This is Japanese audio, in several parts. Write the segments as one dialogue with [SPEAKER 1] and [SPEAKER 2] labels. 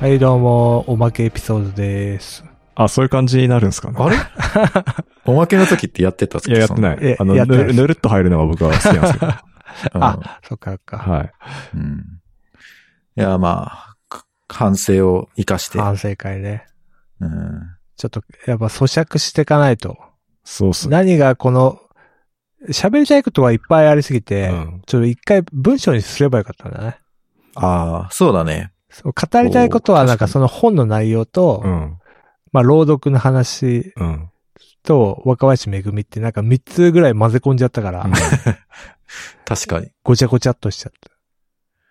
[SPEAKER 1] はい、どうも、おまけエピソードです。
[SPEAKER 2] あ、そういう感じになるんですかね。
[SPEAKER 3] あれおまけの時ってやってたっす
[SPEAKER 2] い
[SPEAKER 3] か。
[SPEAKER 2] や、やってない
[SPEAKER 1] え
[SPEAKER 2] い。あの、
[SPEAKER 1] やってない
[SPEAKER 2] ぬぬるっと入るのが僕は好きなんですけど。
[SPEAKER 3] その
[SPEAKER 1] あ、そっかそっか。
[SPEAKER 2] はい。
[SPEAKER 3] うん。うんいや、まあ、か反省を生かして。
[SPEAKER 1] 反省会ね。
[SPEAKER 3] うん
[SPEAKER 1] ちょっと、やっぱ咀嚼していかないと。
[SPEAKER 2] そうっすね。
[SPEAKER 1] 何がこの、喋りたいことはいっぱいありすぎて、
[SPEAKER 2] うん
[SPEAKER 1] ちょっと一回文章にすればよかったんだね。
[SPEAKER 3] ああ、そうだね。
[SPEAKER 1] そう語りたいことはなんかその本の内容と、
[SPEAKER 2] うん。
[SPEAKER 1] まあ朗読の話
[SPEAKER 2] うん。
[SPEAKER 1] と若林めぐみってなんか3つぐらい混ぜ込んじゃったから、
[SPEAKER 3] 確かに。
[SPEAKER 1] ごちゃごちゃっとしちゃった。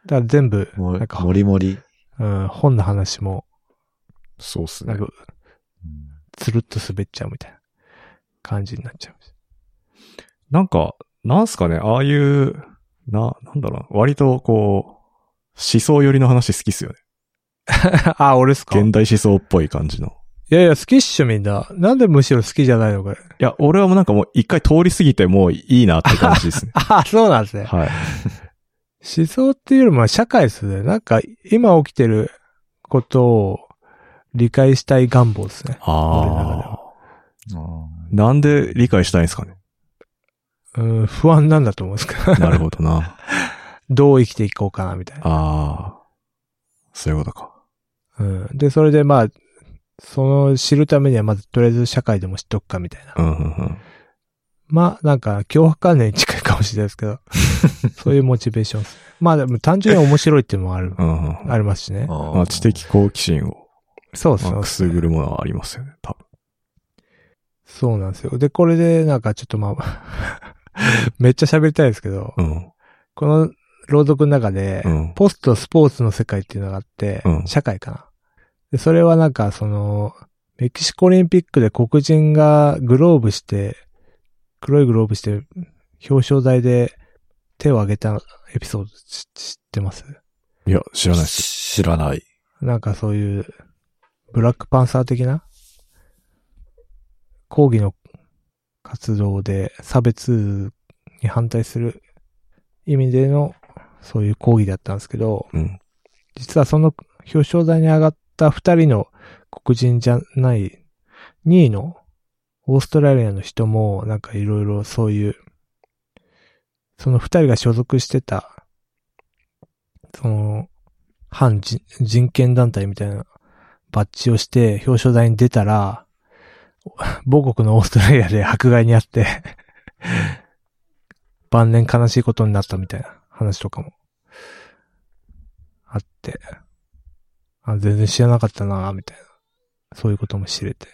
[SPEAKER 1] だから全部、
[SPEAKER 3] も
[SPEAKER 1] なんか、
[SPEAKER 3] りもり。
[SPEAKER 1] うん、本の話も、
[SPEAKER 2] そうっす
[SPEAKER 1] な
[SPEAKER 2] ね
[SPEAKER 1] ん。かつるっと滑っちゃうみたいな感じになっちゃう。
[SPEAKER 2] なんか、なんすかね、ああいう、な、なんだろうな、割とこう、思想寄りの話好きっすよね。
[SPEAKER 1] あ、俺っすか
[SPEAKER 2] 現代思想っぽい感じの。
[SPEAKER 1] いやいや、好きっしょみんな。なんでむしろ好きじゃないのこれ。。
[SPEAKER 2] いや、俺はもうなんかもう一回通り過ぎてもういいなって感じですね
[SPEAKER 1] あ、そうなんですね。
[SPEAKER 2] はい。
[SPEAKER 1] 思想っていうよりも社会っすね。なんか、今起きてることを理解したい願望ですね。俺の中で
[SPEAKER 2] あ
[SPEAKER 1] は
[SPEAKER 2] あ。
[SPEAKER 3] あー
[SPEAKER 2] なんで理解したいんですかね。
[SPEAKER 1] うん、不安なんだと思うんですけど。
[SPEAKER 2] なるほどな。
[SPEAKER 1] どう生きていこうかな、みたいな。
[SPEAKER 2] ああ。そういうことか。
[SPEAKER 1] うん。で、それでまあ、その知るためにはまずとりあえず社会でも知っとくか、みたいな。
[SPEAKER 2] うん、うん、うん。
[SPEAKER 1] まあ、なんか、脅迫観念に近いかもしれないです けど。そういうモチベーションっす。まあ、でも単純に面白いっていうのもある、
[SPEAKER 2] うんうんう ん
[SPEAKER 1] ありますしね。
[SPEAKER 3] あー
[SPEAKER 2] まあ、知的好奇心を、
[SPEAKER 1] そう
[SPEAKER 2] ま
[SPEAKER 1] そ
[SPEAKER 2] あ
[SPEAKER 1] う
[SPEAKER 2] くすぐるものはありますよね、多分。
[SPEAKER 1] そうなんですよ。で、これでなんかちょっとまあ、 めっちゃ喋りたいですけど、
[SPEAKER 2] うん。
[SPEAKER 1] この朗読の中で、
[SPEAKER 2] うん。
[SPEAKER 1] ポストスポーツの世界っていうのがあって、
[SPEAKER 2] うん
[SPEAKER 1] 社会かな。で、それはなんかその、メキシコオリンピックで黒人がグローブして、黒いグローブして表彰台で手を挙げたエピソード知知ってます
[SPEAKER 2] いや、知らないです。
[SPEAKER 3] 知らない。
[SPEAKER 1] なんかそういう、ブラックパンサー的な抗議の活動で差別に反対する意味でのそういう抗議だったんですけど、
[SPEAKER 2] うん。
[SPEAKER 1] 実はその表彰台に上がった二人の黒人じゃない2位のオーストラリアの人もなんかいろいろそういう、その二人が所属してた、その、反人人権団体みたいなバッジをして表彰台に出たら、母国のオーストラリアで迫害にあって、晩年悲しいことになったみたいな話とかもあって、あ全然知らなかったなぁみたいな。そういうことも知れて。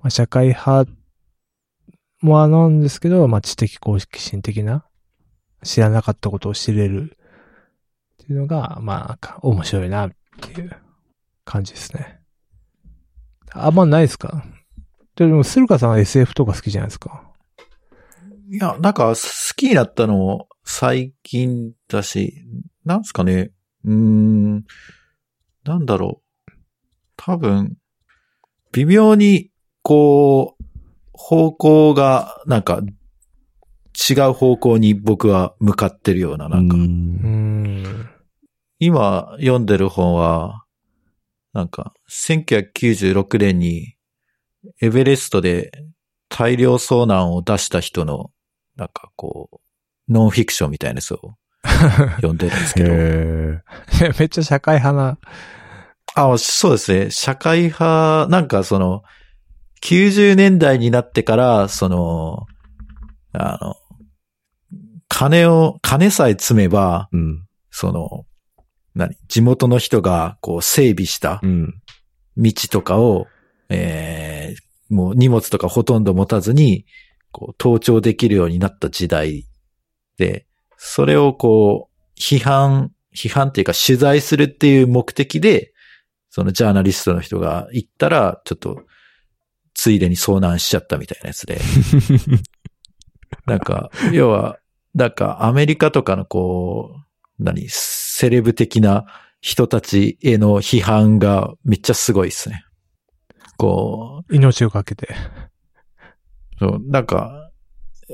[SPEAKER 1] まあ、社会派もあなんですけど、まあ、知的好奇心的な、知らなかったことを知れるっていうのが、まあ、なんか面白いなっていう感じですね。あんまないですかでも、駿河さんは SF とか好きじゃないですか。
[SPEAKER 3] いや、なんか、好きになったのも最近だし、なんすかね。うーん。なんだろう。多分、微妙に、こう、方向が、なんか、違う方向に僕は向かってるような、なんか
[SPEAKER 2] う、
[SPEAKER 1] うんん。
[SPEAKER 3] 今読んでる本は、なんか、1996年にエベレストで大量遭難を出した人の、なんかこう、ノンフィクションみたいなやつを読んでるんですけど。
[SPEAKER 2] へ
[SPEAKER 1] めっちゃ社会派な。
[SPEAKER 3] あ、そうですね。社会派、なんかその、90年代になってから、その、あの、金を、金さえ積めば、
[SPEAKER 2] うん。
[SPEAKER 3] その、何地元の人がこう整備した
[SPEAKER 2] うん。
[SPEAKER 3] 道とかを、えーもう荷物とかほとんど持たずに、こう、盗聴できるようになった時代で、それをこう、批判、批判っていうか取材するっていう目的で、そのジャーナリストの人が行ったら、ちょっと、ついでに遭難しちゃったみたいなやつで。なんか、要は、なんかアメリカとかのこう、何、セレブ的な人たちへの批判がめっちゃすごいですね。こ
[SPEAKER 1] 命をかけて。
[SPEAKER 3] う、そうなんか、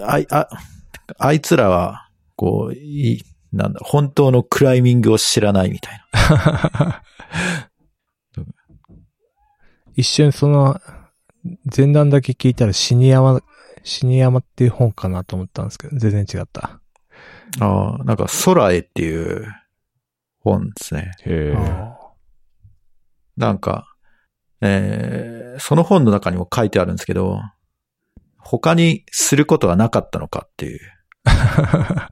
[SPEAKER 3] あい、あ、あいつらは、こう、いなんだろう、本当のクライミングを知らないみたいな。
[SPEAKER 1] 一瞬その、前段だけ聞いたらシニヤマ、シニヤマっていう本かなと思ったんですけど、全然違った。
[SPEAKER 3] ああ、なんか空へっていう本ですね。
[SPEAKER 2] へえ。
[SPEAKER 1] あ
[SPEAKER 3] なんか、えーその本の中にも書いてあるんですけど、他にすることはなかったのかっていう。
[SPEAKER 1] ー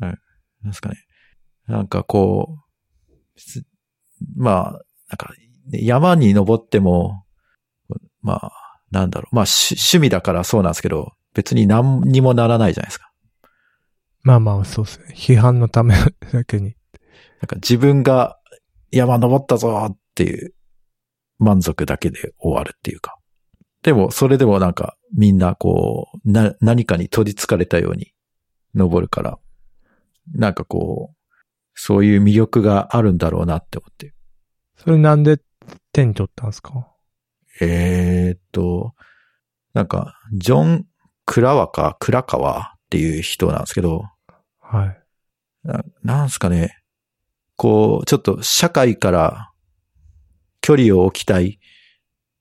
[SPEAKER 3] なんですかね。なんかこう、すまあ、なんか、ね山に登っても、まあ、なんだろう。まあ、趣趣味だからそうなんですけど、別に何にもならないじゃないですか。
[SPEAKER 1] まあまあ、そうですね。批判のためだけに。
[SPEAKER 3] なんか自分が山登ったぞっていう満足だけで終わるっていうか。でも、それでもなんかみんなこう、な、何かに取り憑かれたように登るから、なんかこう、そういう魅力があるんだろうなって思って。
[SPEAKER 1] それなんで手に取ったんですか
[SPEAKER 3] えーっと、なんか、ジョン・クラワカ、クラカワっていう人なんですけど、
[SPEAKER 1] はい。
[SPEAKER 3] ななんすかね、こう、ちょっと社会から距離を置きたい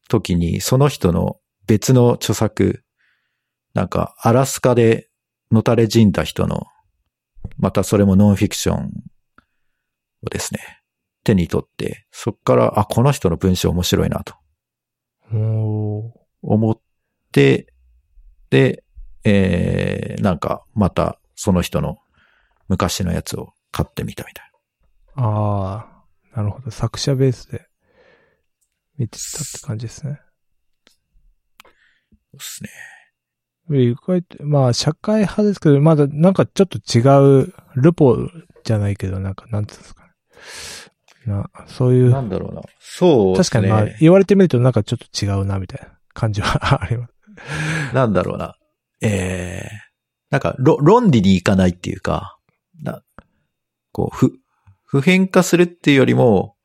[SPEAKER 3] 時に、その人の別の著作、なんか、アラスカでのたれ死んだ人の、またそれもノンフィクションをですね、手に取って、そっから、あ、この人の文章面白いなと。
[SPEAKER 1] おー。
[SPEAKER 3] 思って、で、えー、なんか、また、その人の昔のやつを買ってみたみたい
[SPEAKER 1] ああ、なるほど。作者ベースで見てたって感じですね。
[SPEAKER 3] な。ですね。
[SPEAKER 1] 意外と、まあ、社会派ですけど、まだなんかちょっと違う、ルポじゃないけど、なんか、なんつうんですかね。な、そういう、
[SPEAKER 3] なんだろうな。そうです
[SPEAKER 1] 確かに
[SPEAKER 3] ね。
[SPEAKER 1] まあ、言われてみるとなんかちょっと違うな、みたいな感じはあります。
[SPEAKER 3] なんだろうな。えー、なんか、ろ論理に行かないっていうか、なこう、ふ、普遍化するっていうよりも、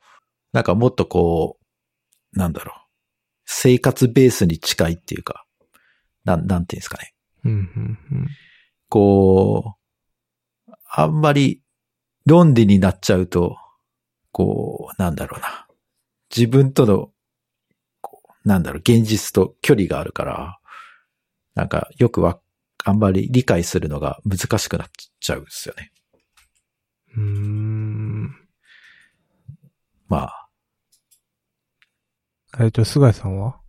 [SPEAKER 3] なんかもっとこう、なんだろう。生活ベースに近いっていうか、なん、なんていうんですかね。
[SPEAKER 1] うん、うん、
[SPEAKER 3] こう、あんまり論理になっちゃうと、こう、なんだろうな。自分との、こうなんだろう、現実と距離があるから、なんかよくわ、あんまり理解するのが難しくなっちゃうんですよね。
[SPEAKER 1] うん。うーん。
[SPEAKER 3] まあ、
[SPEAKER 1] えっと、菅井さんは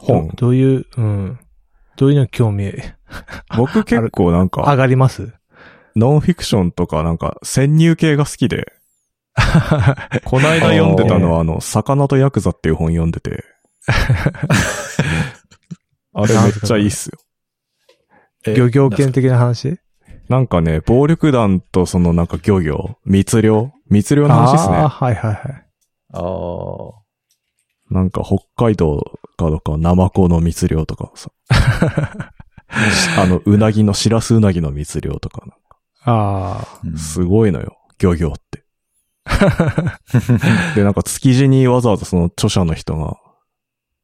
[SPEAKER 2] 本
[SPEAKER 1] ど。どういう、うん。どういうの興味
[SPEAKER 2] 僕結構なん
[SPEAKER 1] 上
[SPEAKER 2] か、
[SPEAKER 1] がります
[SPEAKER 2] ノンフィクションとかなんか潜入系が好きで、こないだ読んでたのはあの、魚とヤクザっていう本読んでて。あれめっちゃいいっすよ。
[SPEAKER 1] 漁業圏的な話
[SPEAKER 2] なんかね、暴力団とそのなんか漁業、密漁、密漁の話です
[SPEAKER 1] ああ、
[SPEAKER 2] ね。
[SPEAKER 1] はいはいはい。
[SPEAKER 3] あー
[SPEAKER 2] なんか北海道かとか、ナマコの密漁とか さ。あの、うなぎの、シラスうなぎの密漁とか、
[SPEAKER 1] あ
[SPEAKER 3] うん
[SPEAKER 2] すごいのよ、漁業って。 で、なんか築地にわざわざその著者の人が、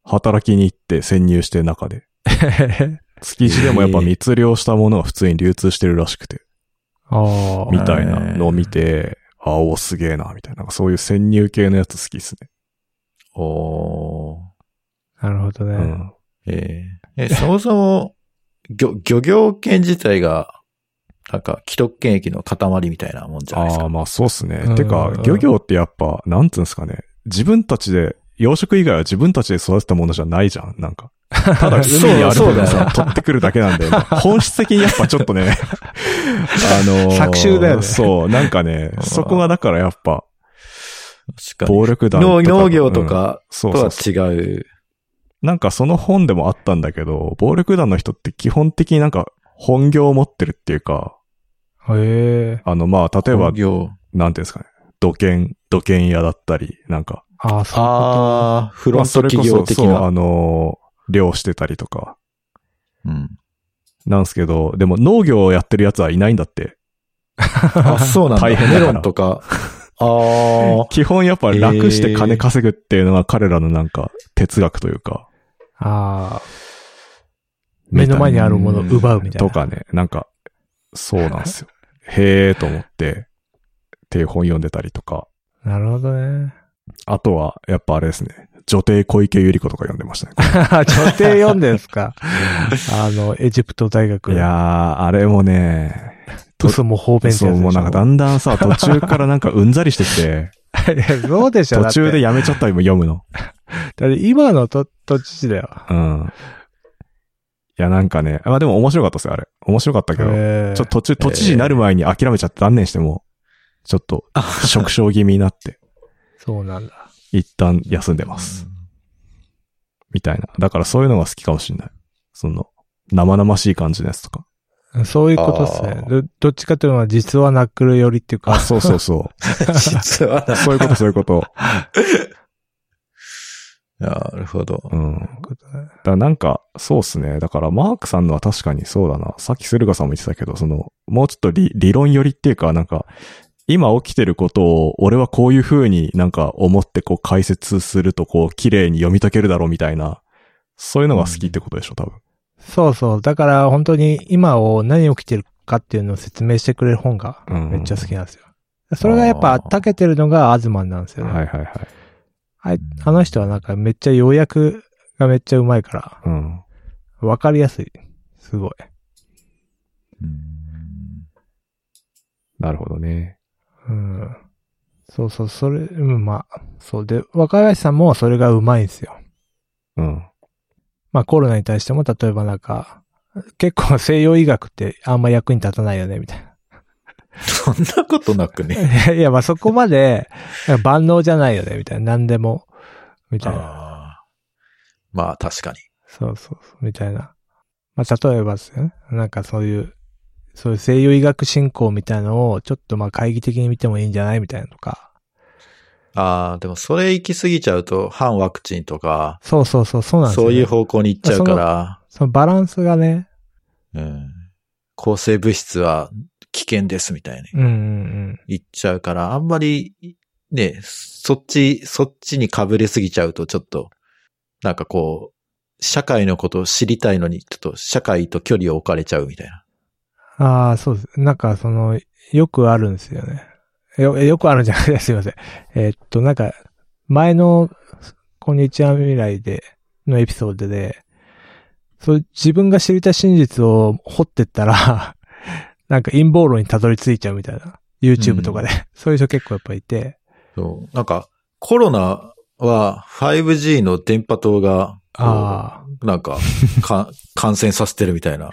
[SPEAKER 2] 働きに行って潜入して中で。
[SPEAKER 1] あ。
[SPEAKER 2] 築地でもやっぱ密漁したものが普通に流通してるらしくて、
[SPEAKER 1] あ
[SPEAKER 2] みたいなのを見て、あ、おすげえな、みたいな。なんかそういう潜入系のやつ好きですね。
[SPEAKER 3] おー
[SPEAKER 1] あ。なるほどね。
[SPEAKER 2] うん。
[SPEAKER 3] えーえそもそも、漁、漁業圏自体が、なんか、既得権益の塊みたいなもんじゃないです
[SPEAKER 2] ああー、
[SPEAKER 3] か。
[SPEAKER 2] まあそうっすね
[SPEAKER 1] うん。
[SPEAKER 2] てか、漁業ってやっぱ、なんつうんですかね。自分たちで、養殖以外は自分たちで育てたものじゃないじゃん、なんか。ただ、海
[SPEAKER 3] そう
[SPEAKER 2] にあるものを
[SPEAKER 3] そうだ
[SPEAKER 2] さ、
[SPEAKER 3] よ
[SPEAKER 2] 取ってくるだけなん で、本質的にやっぱちょっとね、あのー
[SPEAKER 1] 搾取だよね
[SPEAKER 2] そう、なんかね
[SPEAKER 3] う、ん
[SPEAKER 2] そこがだからやっぱ、
[SPEAKER 3] 確かに
[SPEAKER 2] 暴力団とか
[SPEAKER 3] 農農業と
[SPEAKER 2] うん
[SPEAKER 3] か
[SPEAKER 2] そ
[SPEAKER 3] と
[SPEAKER 2] うそ
[SPEAKER 3] は
[SPEAKER 2] うそう。
[SPEAKER 3] 違う。
[SPEAKER 2] なんかその本でもあったんだけど、暴力団の人って基本的になんか本業を持ってるっていうか、
[SPEAKER 1] へえ。
[SPEAKER 2] あの、まあ、例えば
[SPEAKER 3] 農、業。
[SPEAKER 2] なんていうんですかね、土建、土建屋だったり、なんか、
[SPEAKER 1] ああ、そう
[SPEAKER 3] ああ、フロ
[SPEAKER 2] まあ
[SPEAKER 3] ント
[SPEAKER 2] それこ
[SPEAKER 3] 企業
[SPEAKER 2] そ
[SPEAKER 3] 的
[SPEAKER 2] そうあ
[SPEAKER 3] な。
[SPEAKER 2] のー、漁してたりとか、
[SPEAKER 3] うん
[SPEAKER 2] なんですけど、でも農業をやってる奴はいないんだって。
[SPEAKER 3] あ、そうなんだ。
[SPEAKER 2] 大変だ
[SPEAKER 3] メ
[SPEAKER 2] から
[SPEAKER 3] ロンとか。ああ、
[SPEAKER 2] 基本やっぱ楽して金稼ぐっていうのが彼らのなんか哲学というか、
[SPEAKER 1] ああ。目の前にあるものを奪うみたいな。
[SPEAKER 2] とかね、なんか、そうなんですよ。 へーと思って、手本読んでたりとか、
[SPEAKER 1] なるほどね。
[SPEAKER 2] あとは、やっぱあれですね。女帝小池百合子とか読んでましたね。
[SPEAKER 1] 女帝読んでんす か。あの、エジプト大学。
[SPEAKER 2] いやー、あれもね、と
[SPEAKER 1] 嘘も方便って
[SPEAKER 2] そう、
[SPEAKER 1] やつでしょ。
[SPEAKER 2] もうなんかだんだんさ、途中からなんかうんざりして きて、
[SPEAKER 1] いやそうでしょ。
[SPEAKER 2] 途中で
[SPEAKER 1] だ
[SPEAKER 2] やめちゃった今読むの。
[SPEAKER 1] って。だって今のと、都知事だよ。
[SPEAKER 2] うん。いや、なんかね、まあでも面白かったですよ、あれ。面白かったけど、
[SPEAKER 1] えー
[SPEAKER 2] ちょっと途中、都知事になる前に諦めちゃって断念しても、ちょっと、食傷気味になって、
[SPEAKER 1] そうなんだ。
[SPEAKER 2] 一旦休んでます。みたいな。だからそういうのが好きかもしんない。その、生々しい感じのやつとか。
[SPEAKER 1] そういうことっすね
[SPEAKER 3] あ。
[SPEAKER 1] どどっちかというのは実はナックル寄りっていう
[SPEAKER 2] あ、
[SPEAKER 1] か、
[SPEAKER 2] そうそうそ
[SPEAKER 3] 実は
[SPEAKER 2] う。そういうこと、そういうこと。
[SPEAKER 3] なるほど。
[SPEAKER 2] うん。
[SPEAKER 1] そ
[SPEAKER 2] だ
[SPEAKER 1] ういうことね
[SPEAKER 2] からなんか、そうっすね。だからマークさんのは確かにそうだな。さっき駿河さんも言ってたけど、その、もうちょっと理理論寄りっていうか、なんか、今起きてることを、俺はこういう風になんか思ってこう解説するとこう綺麗に読み解けるだろうみたいな、そういうのが好きってことでしょ、多分。
[SPEAKER 1] そうそう。だから本当に今を何起きてるかっていうのを説明してくれる本が
[SPEAKER 2] うん
[SPEAKER 1] めっちゃ好きなんですよ。それがやっぱ、たけてるのがアズマンなんですよね。
[SPEAKER 2] はいはいはい。
[SPEAKER 1] あいあの人はなんかめっちゃ要約がめっちゃうまいから、
[SPEAKER 2] うん。
[SPEAKER 1] わかりやすい。すごい。
[SPEAKER 3] うん
[SPEAKER 2] なるほどね。
[SPEAKER 1] うん。そうそう、それ、うん、まあ、そうで、若林さんもそれがうまいんですよ。
[SPEAKER 2] うん。
[SPEAKER 1] まあコロナに対しても、例えばなんか、結構西洋医学ってあんま役に立たないよね、みたいな。
[SPEAKER 3] そんなことなく ね。
[SPEAKER 1] いやいや、まあそこまで、万能じゃないよね、みたいな。何でも、みたいな。
[SPEAKER 3] あーまあ確かに。
[SPEAKER 1] そうそうそう、みたいな。まあ例えばですよね。なんかそういう、そういう西洋医学進行みたいのを、ちょっとまあ会議的に見てもいいんじゃないみたいなとか。
[SPEAKER 3] ああ、でもそれ行き過ぎちゃうと、反ワクチンとか、
[SPEAKER 1] そうそうそう、そうなんですよ、
[SPEAKER 3] そう
[SPEAKER 1] ね。
[SPEAKER 3] いう方向に行っちゃうから、
[SPEAKER 1] そのバランスがね、
[SPEAKER 3] うん、抗生物質は危険ですみたいに
[SPEAKER 1] うんうん
[SPEAKER 3] 言っちゃうから、あんまり、ね、そっち、そっちに被れすぎちゃうとちょっと、なんかこう、社会のことを知りたいのに、ちょっと社会と距離を置かれちゃうみたいな。
[SPEAKER 1] うん。ああ、そうです。なんかその、よくあるんですよね。よ、よくあるんじゃないすい ません。えーっと、なんか、前の、こんにちは未来で、のエピソードで、そう、自分が知りたい真実を掘ってったら、 なんか陰謀論にたどり着いちゃうみたいな。YouTube とかで。そういう人結構やっぱいて。
[SPEAKER 3] そう。なんか、コロナは 5G の電波塔が、こう
[SPEAKER 1] あ
[SPEAKER 3] なんか、か、 感染させてるみた いな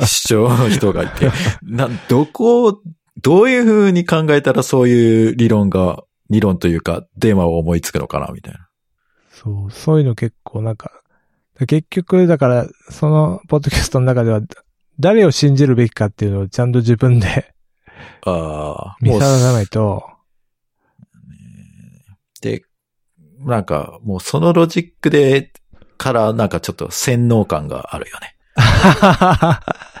[SPEAKER 3] 主張の人がいて、な、どこを、どういう風に考えたらそういう理論が、理論というか、デーマを思いつくのかな、みたいな。
[SPEAKER 1] あ、そう、そういうの結構なんか、結局、だから、その、ポッドキャストの中では、誰を信じるべきかっていうのをちゃんと自分で
[SPEAKER 3] ああ、
[SPEAKER 1] 見定めな
[SPEAKER 3] う
[SPEAKER 1] いと、
[SPEAKER 3] で、なんか、もうそのロジックで、から、なんかちょっと洗脳感がある よね。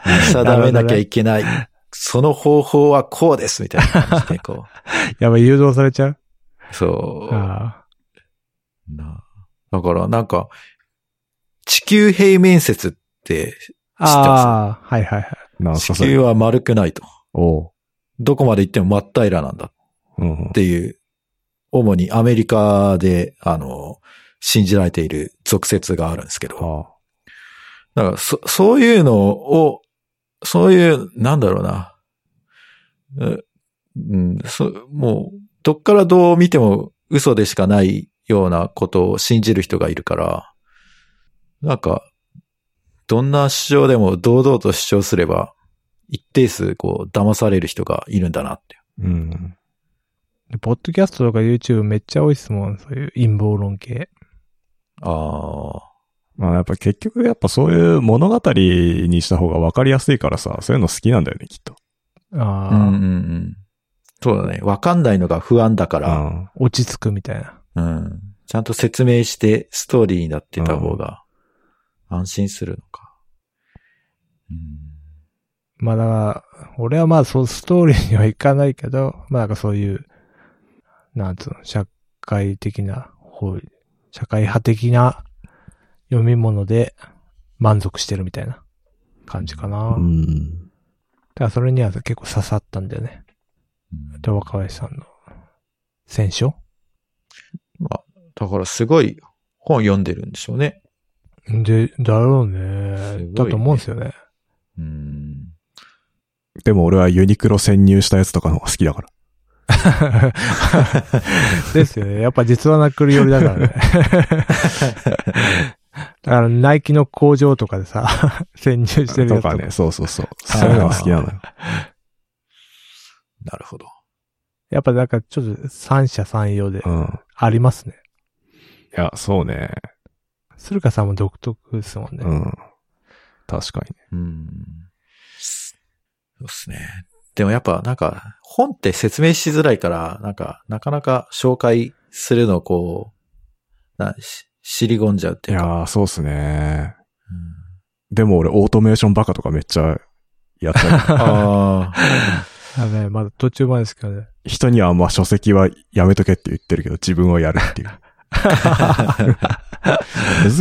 [SPEAKER 3] 定めなきゃいけない。その方法はこうです、みたいな感じで、こ
[SPEAKER 1] やばい、誘導されちゃう
[SPEAKER 3] う。そう。
[SPEAKER 1] あ
[SPEAKER 3] なだから、なんか、地球平面説って、
[SPEAKER 1] あ。
[SPEAKER 3] 知ってます
[SPEAKER 1] ああ、はいはいはい。
[SPEAKER 2] なん
[SPEAKER 3] 地
[SPEAKER 2] かそれ
[SPEAKER 3] 球は丸くないと。
[SPEAKER 2] おう。
[SPEAKER 3] どこまで行っても真っ平らなんだ
[SPEAKER 2] うんうん
[SPEAKER 3] っ。ていう、主にアメリカで、あの、信じられている俗説があるんですけど、
[SPEAKER 2] は
[SPEAKER 3] だからそ、そういうのを、そういう、なんだろうな、ううん、そもう、どっからどう見ても嘘でしかないようなことを信じる人がいるから、なんか、どんな主張でも堂々と主張すれば、一定数こう、騙される人がいるんだなって。
[SPEAKER 2] あうん。
[SPEAKER 1] でポッドキャストとか YouTube めっちゃ多いっすもん、そういう陰謀論系。
[SPEAKER 3] ああ。
[SPEAKER 2] まあやっぱ結局やっぱそういう物語にした方が分かりやすいからさ、そういうの好きなんだよね、きっと。
[SPEAKER 1] あ
[SPEAKER 3] う
[SPEAKER 1] あ、
[SPEAKER 3] んうんうん。そうだね。わかんないのが不安だか
[SPEAKER 2] う
[SPEAKER 3] ら、
[SPEAKER 2] ん。
[SPEAKER 1] 落ち着くみたいな。
[SPEAKER 3] うん。ちゃんと説明してストーリーになってた方が安心するのか。うん
[SPEAKER 1] まあだから、俺はまあそう、ストーリーにはいかないけど、まあなんかそういう、なんつうの、社会的な方、社会派的な読み物で満足してるみたいな感じかな。
[SPEAKER 2] うん。
[SPEAKER 1] だからそれには結構刺さったんだよね。で、若林さんの選書
[SPEAKER 3] まあ、だからすごい本読んでるんでしょうね。
[SPEAKER 1] で、だろうね。
[SPEAKER 3] すごいね
[SPEAKER 1] だと思うんですよね。
[SPEAKER 3] うん。
[SPEAKER 2] でも俺はユニクロ潜入したやつとかの方が好きだから。
[SPEAKER 1] ですよね。やっぱ実話なくるよりだからね。だから、ナイキの工場とかでさ、 潜入してるやつ
[SPEAKER 2] と
[SPEAKER 1] と
[SPEAKER 2] か
[SPEAKER 1] か
[SPEAKER 2] ね、そうそうそう。そういうのが好きなのよ。
[SPEAKER 3] なるほど。
[SPEAKER 1] やっぱなんかちょっと三者三様で
[SPEAKER 2] うん。
[SPEAKER 1] ありますね。
[SPEAKER 2] いや、そうね。
[SPEAKER 1] 駿河さんも独特ですもんね。
[SPEAKER 2] うん。確かにね。
[SPEAKER 3] うん。そうですね。でもやっぱなんか、本って説明しづらいから、なんか、なかなか紹介するのをこう、な、し、尻込んじゃうって
[SPEAKER 2] い
[SPEAKER 3] いうか。
[SPEAKER 2] やー、そうっすね。でも俺、オートメーションバカとかめっちゃやっちゃう。
[SPEAKER 3] うん、ああ。
[SPEAKER 1] あのね、まだ途中までですけどね。
[SPEAKER 2] 人にはあんま書籍はやめとけって言ってるけど、自分はやるっていう。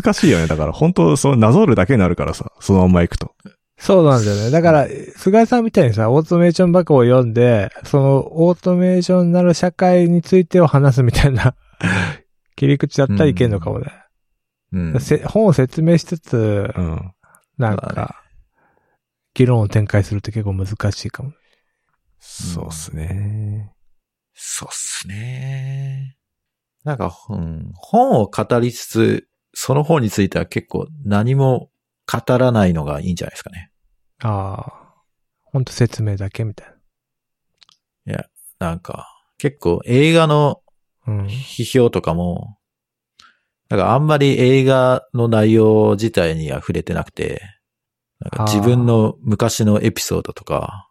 [SPEAKER 2] 難しいよね。だから本当、そのなぞるだけになるからさ、そのまんま行くと。
[SPEAKER 1] そうなんだよね。だから、菅井さんみたいにさ、オートメーションばっかを読んで、そのオートメーションになる社会についてを話すみたいな 切り口だったらいけんのかもね。
[SPEAKER 3] うん。
[SPEAKER 1] せ本を説明しつつ、
[SPEAKER 2] うん。
[SPEAKER 1] なん
[SPEAKER 3] そうだね
[SPEAKER 1] か、議論を展開するって結構難しいかも。
[SPEAKER 2] そうっすね。
[SPEAKER 3] そうっすね。なんか、うん、本を語りつつ、その本については結構何も語らないのがいいんじゃないですかね。
[SPEAKER 1] ああ。ほんと説明だけみたい
[SPEAKER 3] なんか、結構映画の
[SPEAKER 1] な。うん。
[SPEAKER 3] 批評とかも、なんかあんまり映画の内容自体には触れてなくて、なんか自分の昔のエピソードとか、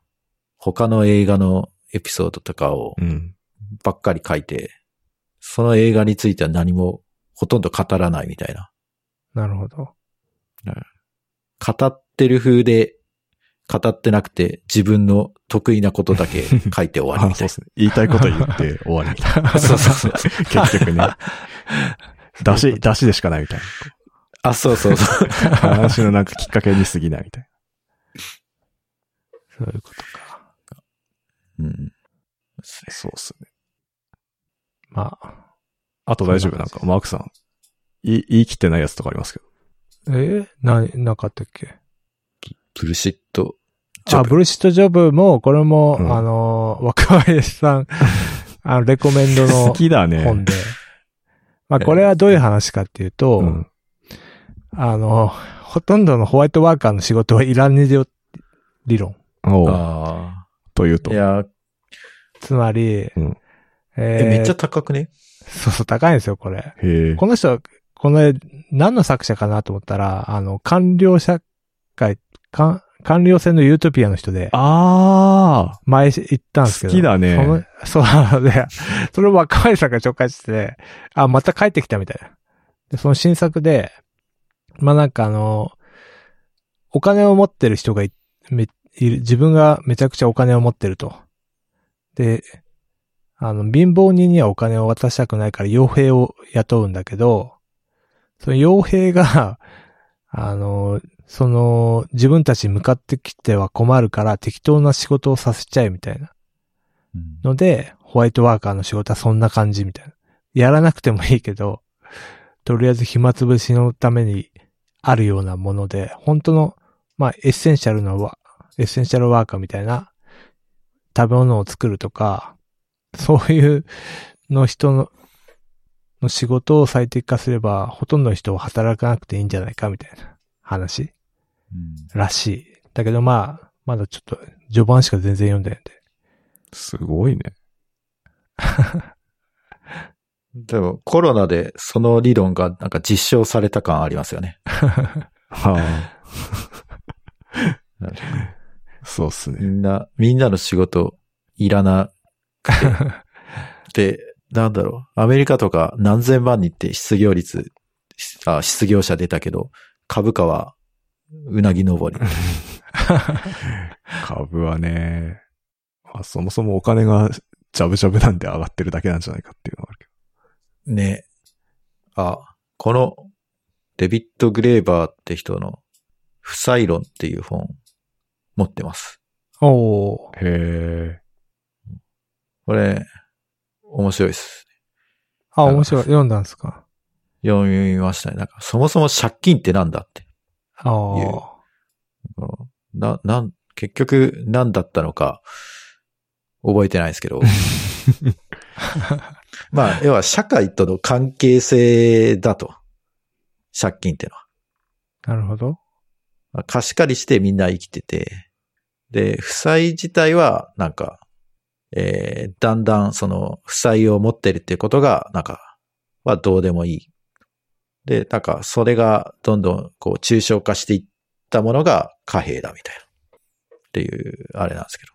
[SPEAKER 3] 他の映画のエピソードとかを
[SPEAKER 2] うん。
[SPEAKER 3] ばっかり書いて、その映画については何もほとんど語らないみたいな。
[SPEAKER 1] なるほど。
[SPEAKER 3] 語ってる風で、語ってなくて自分の得意なことだ け書いて終わり
[SPEAKER 2] あ、
[SPEAKER 3] み
[SPEAKER 2] そう
[SPEAKER 3] たい
[SPEAKER 2] っすね。言いたいこと言って終わりみたいな。
[SPEAKER 3] な。 そうそうそう。
[SPEAKER 2] 結局ね。 出し、出しでしかないみたい
[SPEAKER 3] あ、そうそうそう。
[SPEAKER 2] な。話のなんかきっかけに過ぎないみたい
[SPEAKER 1] そういうことか。
[SPEAKER 3] うん。
[SPEAKER 2] な。そうっすね。
[SPEAKER 1] まあ。
[SPEAKER 2] あと大丈夫なんか、マークさん。言い、言い切ってないやつとかありますけど。
[SPEAKER 1] えーな、なかったっけ
[SPEAKER 3] ブルシット。ジョ
[SPEAKER 1] あ、
[SPEAKER 3] ブ
[SPEAKER 1] ブルシットジョブも、これも、
[SPEAKER 2] うん
[SPEAKER 1] あの、若林さ ん、あの、レコメンド
[SPEAKER 2] 好
[SPEAKER 1] の
[SPEAKER 2] きだね。
[SPEAKER 1] 本で。まあ、これはどういう話かっていうと、
[SPEAKER 2] うん。
[SPEAKER 1] あの、ほとんどのホワイトワーカーの仕事はいらねえよ、理論。
[SPEAKER 2] おう
[SPEAKER 3] あ
[SPEAKER 2] というと
[SPEAKER 3] あ。い。や、
[SPEAKER 1] つまり、
[SPEAKER 2] うん
[SPEAKER 1] え
[SPEAKER 3] え、
[SPEAKER 1] ー
[SPEAKER 3] めっちゃ高くね
[SPEAKER 1] そうそう、高いんですよ、これ。
[SPEAKER 2] へえ。
[SPEAKER 1] この人、この、何の作者かなと思ったら、あの、官僚社会、官官僚船のユートピアの人で、
[SPEAKER 2] あ
[SPEAKER 1] 前行ったんですけ
[SPEAKER 2] 好
[SPEAKER 1] ど。
[SPEAKER 2] きだね。
[SPEAKER 1] その、そうなので、それを若林さんが紹介してて、あ、また帰ってきたみたいな。で、その新作で、まあ、なんかあの、お金を持ってる人がい、め、いる、自分がめちゃくちゃお金を持ってると。で、あの、貧乏人にはお金を渡したくないから傭兵を雇うんだけど、その傭兵が、あの、その、自分たちに向かってきては困るから適当な仕事をさせちゃえみたいな。ので、ホワイトワーカーの仕事はそんな感じみたいな。やらなくてもいいけど、とりあえず暇つぶしのためにあるようなもので、本当の、まあ、エッセンシャルなワ、エッセンシャルワーカーみたいな食べ物を作るとか、そういうの人の、の仕事を最適化すれば、ほとんどの人は働かなくていいんじゃないかみたいな話らしい。だけどまあ、まだちょっと序盤しか全然読んでないんで。
[SPEAKER 2] すごいね。
[SPEAKER 3] でも、コロナでその理論がなんか実証された感ありますよ ね。
[SPEAKER 2] はあ。そうっす
[SPEAKER 3] み
[SPEAKER 2] ね。
[SPEAKER 3] んな、みんなの仕事いらなくて。で、なんだろう。アメリカとか何千万人って失業率、しあ失業者出たけど、株価はうなぎ登り。
[SPEAKER 2] 株はね、まあ、そもそもお金がジャブジャブなんで上がってるだけなんじゃないかっていうのはあるけ
[SPEAKER 3] ね。あ、この、デビッド・グレーバーって人の、不採論っていう本、持ってます。
[SPEAKER 1] おー。
[SPEAKER 2] へ
[SPEAKER 3] これ、面白いです。
[SPEAKER 1] あ、
[SPEAKER 3] あの
[SPEAKER 1] 面白い。読んだんですか。
[SPEAKER 3] 読みましたね。なんか、そもそも借金ってなんだって。
[SPEAKER 1] ああ。
[SPEAKER 3] いうあのな、なん、結局何だったのか、覚えてないですけど。まあ、要は社会との関係性だと。借金ってのは。
[SPEAKER 1] なるほど。
[SPEAKER 3] まあ貸し借りしてみんな生きてて。で、負債自体は、なんか、えー、だんだんその、負債を持ってるっていうことが、なんか、はどうでもいい。で、なんか、それがどんどん、こう、抽象化していったものが貨幣だみたいな。っていう、あれなんですけど。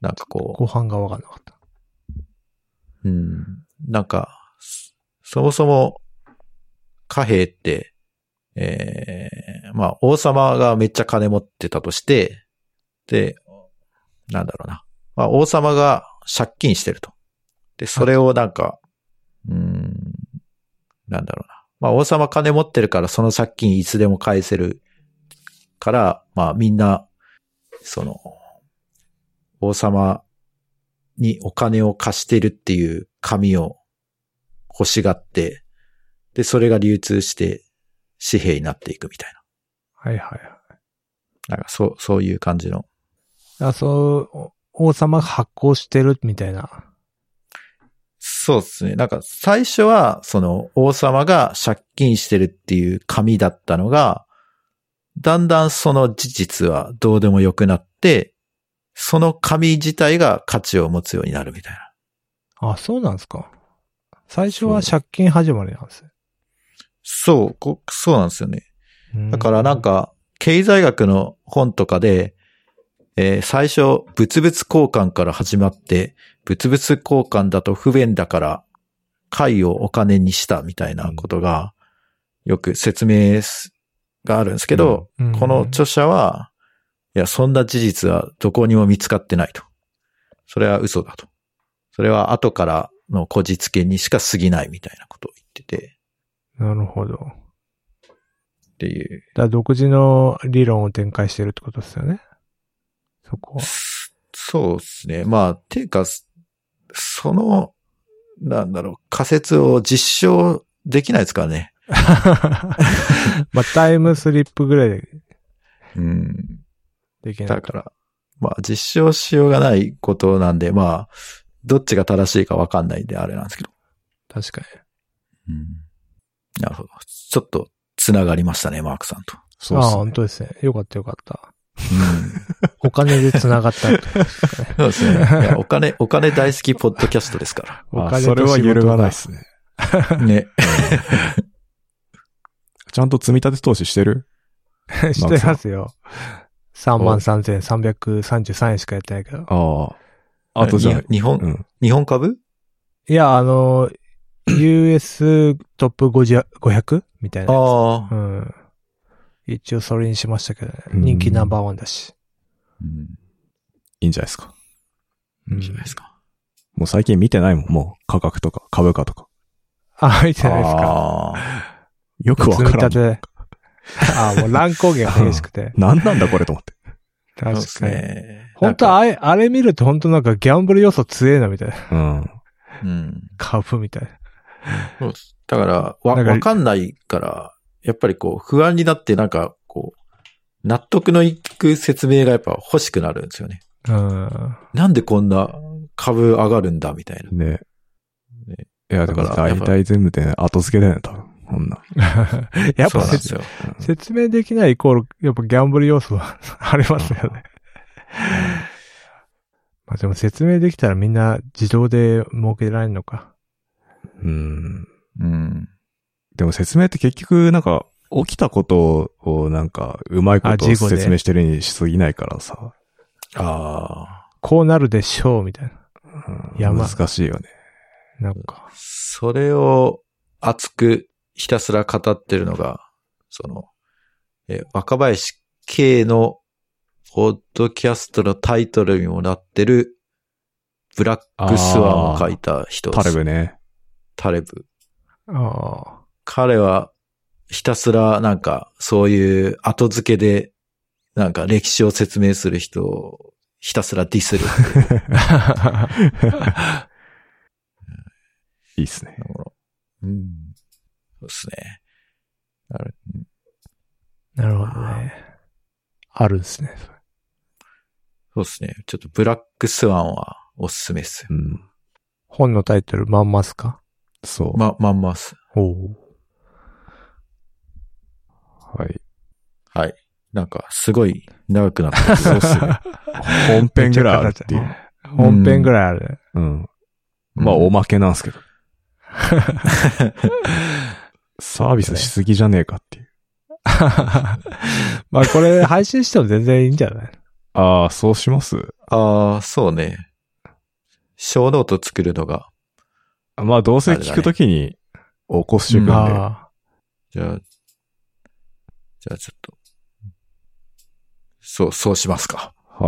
[SPEAKER 3] なんかこう。
[SPEAKER 1] 後半がわかんなかった。
[SPEAKER 3] うん。なんか、そそもそも、貨幣って、ええまあ、王様がめっちゃ金持ってたとして、で、なんだろうな。まあ、王様が借金してると。で、それをなんか、うん、なんだろうな。まあ、王様金持ってるから、その借金いつでも返せるから、まあ、みんな、その、王様にお金を貸してるっていう紙を欲しがって、で、それが流通して紙幣になっていくみたい
[SPEAKER 1] はいはいはい。
[SPEAKER 3] な。なんかそう、そういう感じの。
[SPEAKER 1] あ、そう、お王様が発行してるみたいな。
[SPEAKER 3] そうですね。なんか最初は、その王様が借金してるっていう紙だったのが、だんだんその事実はどうでもよくなって、その紙自体が価値を持つようになるみたいな。
[SPEAKER 1] あ、そうなんですか。最初は借金始まりなんですね。
[SPEAKER 3] そう、こそうなんですよね。
[SPEAKER 1] うん
[SPEAKER 3] だからなん、か、経済学の本とかで、えー最初、物々交換から始まって、物々交換だと不便だから、貝をお金にしたみたいなことが、よく説明すがあるんですけど、
[SPEAKER 1] うん
[SPEAKER 3] この著者は、いや、そんな事実はどこにも見つかってないと。それは嘘だと。それは後からのこじつけにしか過ぎないみたいなことを言ってて、
[SPEAKER 1] なるほど。だか
[SPEAKER 3] っていう。
[SPEAKER 1] ら独自の理論を展開してるってことですよね。そこは。
[SPEAKER 3] そうですね。まあ、ていうか、すその、なんだろう、仮説を実証できないですからね。
[SPEAKER 1] まあ、タイムスリップぐらいで
[SPEAKER 3] うん。
[SPEAKER 1] できな
[SPEAKER 3] だ
[SPEAKER 1] い。
[SPEAKER 3] から、まあ、実証しようがないことなんで、まあ、どっちが正しいかわかんないんで、あれなんですけど。
[SPEAKER 1] 確かに。
[SPEAKER 3] なるほど。ちょっと、つながりましたね、マークさんと。
[SPEAKER 2] そう
[SPEAKER 1] あ
[SPEAKER 2] っ
[SPEAKER 1] あ、
[SPEAKER 2] すね。
[SPEAKER 1] 本当ですね。よかったよかった。お金で繋がったってことですかね
[SPEAKER 3] そうですね。いやお金、お金大好きポッドキャストですか
[SPEAKER 1] お金
[SPEAKER 2] あ
[SPEAKER 1] と
[SPEAKER 2] それは揺るがないっすね。
[SPEAKER 3] ら。ね。
[SPEAKER 2] ちゃんと積み立て投資してる
[SPEAKER 1] 仕事が してますよ。33,333円しかやってないけど。
[SPEAKER 2] ああ。あとじゃあ
[SPEAKER 3] に、日本、
[SPEAKER 2] うん。
[SPEAKER 3] 日本株
[SPEAKER 1] いや、あの、US トップ50 500? みたいなや
[SPEAKER 3] あ
[SPEAKER 1] つ。う
[SPEAKER 3] あ。
[SPEAKER 1] ん。一応それにしましたけどね。
[SPEAKER 2] うん
[SPEAKER 1] 人気ナンバーワンだし。
[SPEAKER 3] うん。
[SPEAKER 2] いいんじゃないですか。
[SPEAKER 1] うん
[SPEAKER 3] じゃないですか。
[SPEAKER 2] もう最近見てないもん、もう。価格とか、株価とか。
[SPEAKER 1] あ、入ってないですか。
[SPEAKER 3] ああ。
[SPEAKER 2] よくわ
[SPEAKER 1] 積
[SPEAKER 2] か
[SPEAKER 1] み
[SPEAKER 2] ら
[SPEAKER 1] 立
[SPEAKER 2] ん。。
[SPEAKER 1] て。あ、もう乱高下が激しくて
[SPEAKER 2] なんなんだこれと思って。
[SPEAKER 1] 確
[SPEAKER 3] そ
[SPEAKER 1] か
[SPEAKER 3] うで
[SPEAKER 1] に
[SPEAKER 3] す。ね。
[SPEAKER 1] 本当
[SPEAKER 3] なんか
[SPEAKER 1] あれ、あれ見ると本当なんかギャンブル要素強えなみたいな。
[SPEAKER 2] うん。
[SPEAKER 3] うん。
[SPEAKER 1] 株みたいな。
[SPEAKER 3] そうですだから、わ、
[SPEAKER 1] なんか
[SPEAKER 3] わかんないから、やっぱりこう、不安になって、なんか、こう、納得のいく説明がやっぱ欲しくなるんですよね。
[SPEAKER 1] うん。
[SPEAKER 3] なんでこんな株上がるんだ、みたいな。
[SPEAKER 2] ね。
[SPEAKER 3] ね
[SPEAKER 2] いや、だか
[SPEAKER 3] だ
[SPEAKER 2] ら
[SPEAKER 3] からやっ
[SPEAKER 2] 大
[SPEAKER 3] ぱ
[SPEAKER 2] 体全部で、ね、後付けだよね、多分。こんな。
[SPEAKER 1] やっ
[SPEAKER 3] そう
[SPEAKER 1] ぱ
[SPEAKER 3] なんです
[SPEAKER 1] 説
[SPEAKER 3] よ。
[SPEAKER 1] 説明できないイコール、やっぱギャンブル要素は ありますよね。まあでも説明できたらみんな自動で儲けられるのか。
[SPEAKER 2] うん。
[SPEAKER 3] うん。
[SPEAKER 2] でも説明って結局、なんか、起きたことを、なんか、うまいこ
[SPEAKER 1] あ
[SPEAKER 2] と
[SPEAKER 1] 事故で
[SPEAKER 2] 説明してるにしすぎないからさ。
[SPEAKER 3] ああ。
[SPEAKER 1] こうなるでしょう、みたいな。
[SPEAKER 2] うん
[SPEAKER 1] やば
[SPEAKER 2] 難しいよね。
[SPEAKER 1] なんか。
[SPEAKER 3] それを熱くひたすら語ってるのが、その、え、若林系のポッドキャストのタイトルにもなってる、ブラックスワンを書いた人です
[SPEAKER 2] タレブね。
[SPEAKER 3] タレブ。
[SPEAKER 1] あ
[SPEAKER 3] 彼は、ひたすらなんか、そういう後付けでなんか歴史を説明する人をひたすらディスる。
[SPEAKER 2] いいっすね。
[SPEAKER 3] だからうん。そうですね。なる
[SPEAKER 1] なるほどね。あるんですね。
[SPEAKER 3] そうですね。ちょっとブラックスワンはおすすめっす。
[SPEAKER 2] うん。
[SPEAKER 1] 本のタイトル、まんますか
[SPEAKER 2] そう。
[SPEAKER 3] ま、まんます。
[SPEAKER 1] おお。
[SPEAKER 2] はい。
[SPEAKER 3] はい。なんか、すごい長くなった。
[SPEAKER 2] そうっす ね。本編ぐらいあるっていう。
[SPEAKER 1] 本編ぐらいあるね。
[SPEAKER 2] うん。まあ、おまけなんですけど。 サービスしすぎじゃねえかっていう。
[SPEAKER 1] まあこれ配信しても全然いいんじゃない
[SPEAKER 2] ああ、そうします
[SPEAKER 3] ああ、そうね。小ノート作るのが、
[SPEAKER 2] まあ、どうせ聞くときに起こしてくんで。は
[SPEAKER 1] あ
[SPEAKER 3] じゃあ、じゃあちょっと、そう、そうしますか。
[SPEAKER 2] い。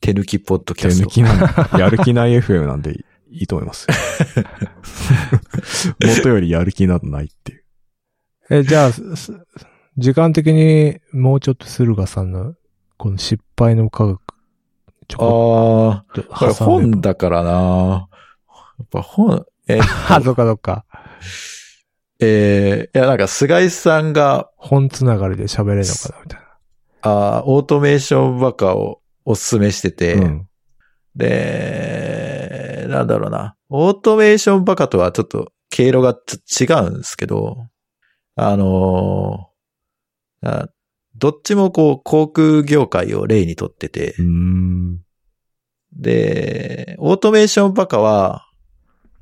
[SPEAKER 3] 手抜きポッドキ
[SPEAKER 2] 手
[SPEAKER 3] ャス
[SPEAKER 2] 抜
[SPEAKER 3] ト。
[SPEAKER 2] きなんで、やる気ない FM なんでい いと思いますよ。元よりやる気などないっていう。
[SPEAKER 1] あ。え、じゃあ、すす時間的にもうちょっと駿河さんのこの失敗の科学、ちょこ
[SPEAKER 3] ああ、
[SPEAKER 1] っと
[SPEAKER 3] これ
[SPEAKER 1] 挟んで
[SPEAKER 3] 本だからな。やっぱ本、えっ
[SPEAKER 1] あ、そっかそっか。
[SPEAKER 3] えーいや、なんか、菅井さんが、
[SPEAKER 1] 本つながりで喋れるのかなみたい
[SPEAKER 3] あーオートメーションばっかをおすすめしてて、
[SPEAKER 2] うん。
[SPEAKER 3] で、なんだろうな。オートメーションバカとはちょっと経路がちょっと違うんですけど、あのーあどっちもこう航空業界を例にとってて
[SPEAKER 2] う、ーん。
[SPEAKER 3] で、オートメーションバカは、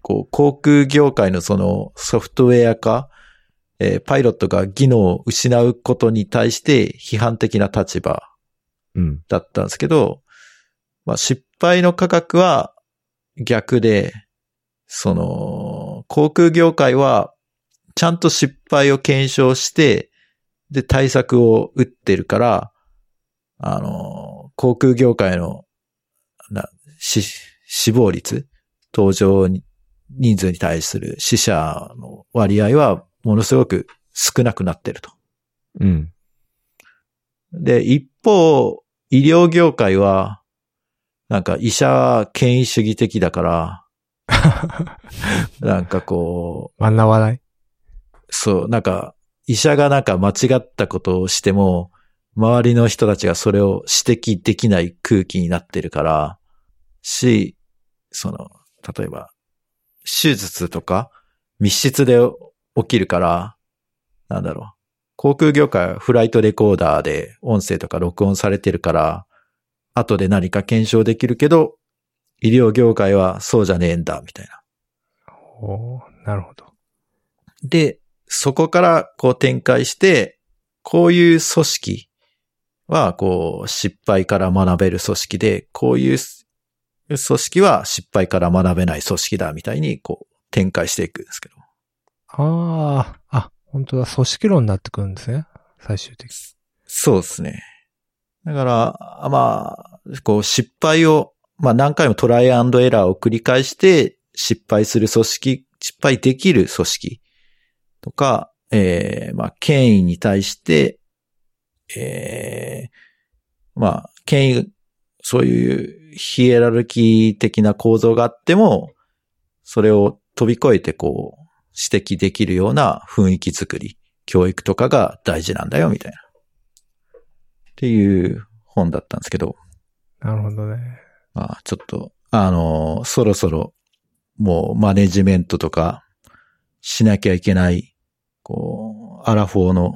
[SPEAKER 3] こう航空業界のそのソフトウェア化、えーパイロットが技能を失うことに対して批判的な立場
[SPEAKER 2] うん。
[SPEAKER 3] だったんですけど、まあ失敗の価格は逆で、その、航空業界はちゃんと失敗を検証して、で対策を打ってるから、あの、航空業界の、な、死、死亡率、搭乗に人数に対する死者の割合はものすごく少なくなってると。
[SPEAKER 2] うん。
[SPEAKER 3] で、一方、医療業界は、なんか医者は権威主義的だから、なんかこ、
[SPEAKER 1] な。学ばないう
[SPEAKER 3] そう、なんか医者がなんか間違ったことをしても、周りの人たちがそれを指摘できない空気になってるから、し、その、例えば、手術とか密室で起きるから、なんだろう。航空業界はフライトレコーダーで音声とか録音されてるから、後で何か検証できるけど、医療業界はそうじゃねえんだ、みたいな。
[SPEAKER 1] おーなるほど。
[SPEAKER 3] で、そこからこう展開して、こういう組織はこう失敗から学べる組織で、こういう組織は失敗から学べない組織だ、みたいにこう展開していくんですけど。
[SPEAKER 1] ああ、あ、本当だ、組織論になってくるんですね。最終的に。
[SPEAKER 3] そうですね。だから、まあ、こう失敗を、まあ何回もトライアンドエラーを繰り返して、失敗する組織、失敗できる組織とか、えー、まあ権威に対して、えー、まあ権威、そういうヒエラルキー的な構造があっても、それを飛び越えてこう、指摘できるような雰囲気づくり、教育とかが大事なんだよ、みたいな。っていう本だったんですけど、
[SPEAKER 1] なるほどね。
[SPEAKER 3] まあちょっと、あのーそろそろ、もうマネジメントとか、しなきゃいけない、こう、アラフォーの、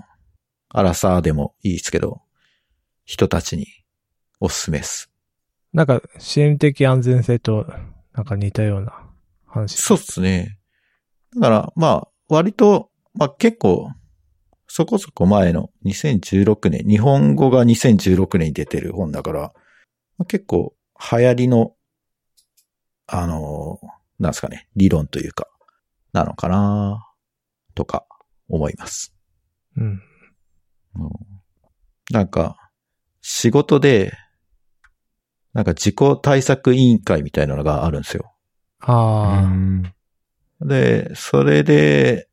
[SPEAKER 3] アラサーでもいいですけど、人たちにおすすめです。
[SPEAKER 1] なんか、心理的安全性と、なんか似たような話。
[SPEAKER 3] そうですね。だから、まあ、割と、まあ結構、そこそこ前の2016年、日本語が2016年に出てる本だから、まあ結構流行りの、あのーなんですかね、理論というか、なのかなとか思います。
[SPEAKER 1] うん。
[SPEAKER 3] うんなんか、仕事で、なんか自己対策委員会みたいなのがあるんですよ。
[SPEAKER 1] ああ、
[SPEAKER 3] で、それで、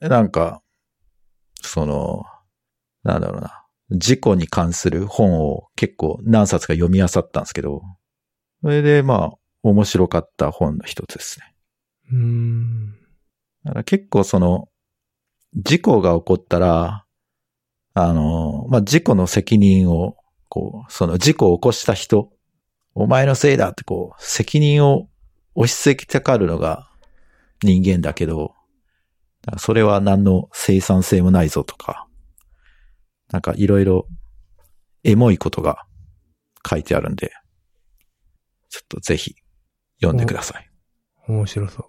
[SPEAKER 3] なんか、その、なんだろうな。事故に関する本を結構何冊か読み漁ったんですけど、それでまあ、面白かった本の一つですね。
[SPEAKER 1] うーん。
[SPEAKER 3] だから結構その、事故が起こったら、あの、まあ、事故の責任を、こう、その事故を起こした人、お前のせいだってこう、責任を押し付けたかるのが人間だけど、だからそれは何の生産性もないぞとか、なんかいろいろエモいことが書いてあるんで、ちょっとぜひ読んでください。
[SPEAKER 1] 面白そ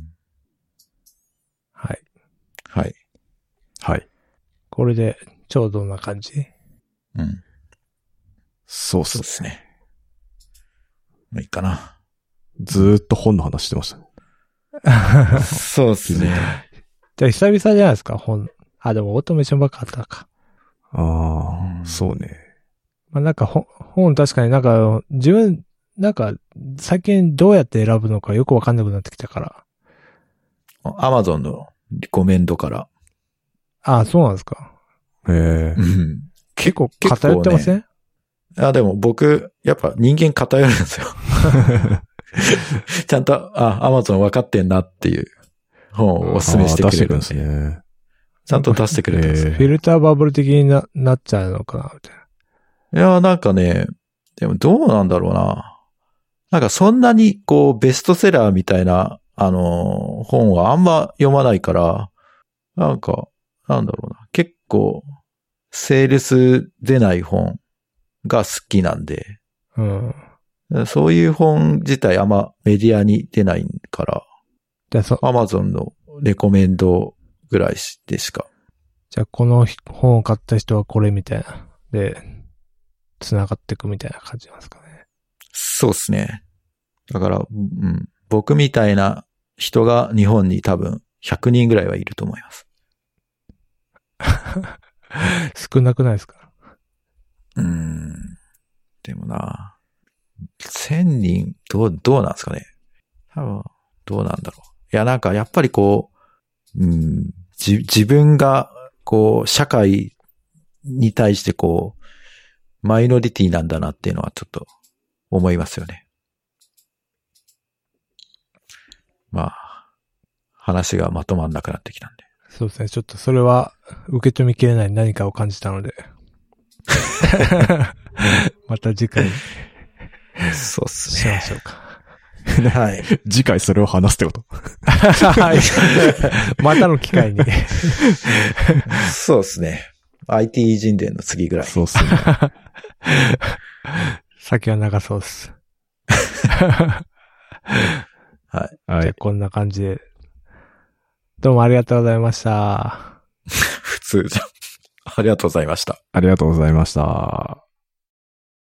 [SPEAKER 1] う。はい。
[SPEAKER 3] はい。
[SPEAKER 2] はい。
[SPEAKER 1] これで、ちょうどな感じ
[SPEAKER 3] うん。
[SPEAKER 2] そうっ
[SPEAKER 3] そ
[SPEAKER 2] す
[SPEAKER 3] うで。すね。まあいいかな。
[SPEAKER 2] ずーっと本の話してましたね。
[SPEAKER 3] そうですね。
[SPEAKER 1] じゃあ久々じゃないですか、本。あ、でもオートメーションばっかあったか。
[SPEAKER 2] あ
[SPEAKER 3] うん
[SPEAKER 2] あ、そうね。
[SPEAKER 1] まあなんか本、本確かになんか、自分、なんか、最近どうやって選ぶのかよくわかんなくなってきたから。
[SPEAKER 3] アマゾンのリコメンドから。
[SPEAKER 1] あ、そうなんですか。
[SPEAKER 2] ええ。
[SPEAKER 1] 結構
[SPEAKER 3] 結構ね
[SPEAKER 1] 偏ってません、
[SPEAKER 3] あ、でも僕、やっぱ人間偏るん ですよ。ちゃんと、あ、アマゾン分かってんなっていう本をお
[SPEAKER 2] お
[SPEAKER 3] すすめしてく
[SPEAKER 2] 出して
[SPEAKER 3] れ
[SPEAKER 2] くる
[SPEAKER 3] る
[SPEAKER 2] ん
[SPEAKER 3] ん
[SPEAKER 2] で
[SPEAKER 3] で。
[SPEAKER 2] すね。
[SPEAKER 3] ちゃんと出してくれてます。
[SPEAKER 2] え
[SPEAKER 1] フィルターバブル的にななっちゃうのかな、みたいな。
[SPEAKER 3] いや、なんかね、でもどうなんだろうな。なんかそんなにこうベストセラーみたいな、あのー本はあんま読まないから、なんか、なんだろうな。結構、セールス出ない本が好きなんで、
[SPEAKER 1] うん。
[SPEAKER 3] そういう本自体あんまメディアに出ないから、
[SPEAKER 1] じゃあそ、
[SPEAKER 3] アマゾンのレコメンドぐらいでしか。
[SPEAKER 1] じゃあこのひ本を買った人はこれみたいな。で、繋がっていくみたいな感じなんですかね。
[SPEAKER 3] そうですね。だから、うん、僕みたいな人が日本に多分100人ぐらいはいると思います。
[SPEAKER 1] 少なくないですか
[SPEAKER 3] うん。でもな、1000人、どう、どうなんですかね。多分、どうなんだろう。いや、なんかやっぱりこう、うん、じ自分が、こう、社会に対してこう、マイノリティなんだなっていうのはちょっと思いますよね。まあ、話がまとまんなくなってきたんで。
[SPEAKER 1] そうですね。ちょっとそれは受け止めきれない何かを感じた ので。 また次回に
[SPEAKER 3] そうっす
[SPEAKER 1] しま。しょうか。
[SPEAKER 3] はい。
[SPEAKER 2] 次回それを話すってこと。
[SPEAKER 1] はい。またの機会に。
[SPEAKER 3] そうっすね。IT 人伝の次ぐらい。
[SPEAKER 2] そうっすね。
[SPEAKER 1] 先は長そうっす。
[SPEAKER 2] は
[SPEAKER 1] じゃあ
[SPEAKER 2] い。
[SPEAKER 1] こんな感じで。どうもありがとうございました。
[SPEAKER 3] 普通じゃん。ありがとうございました。
[SPEAKER 2] ありがとうございました。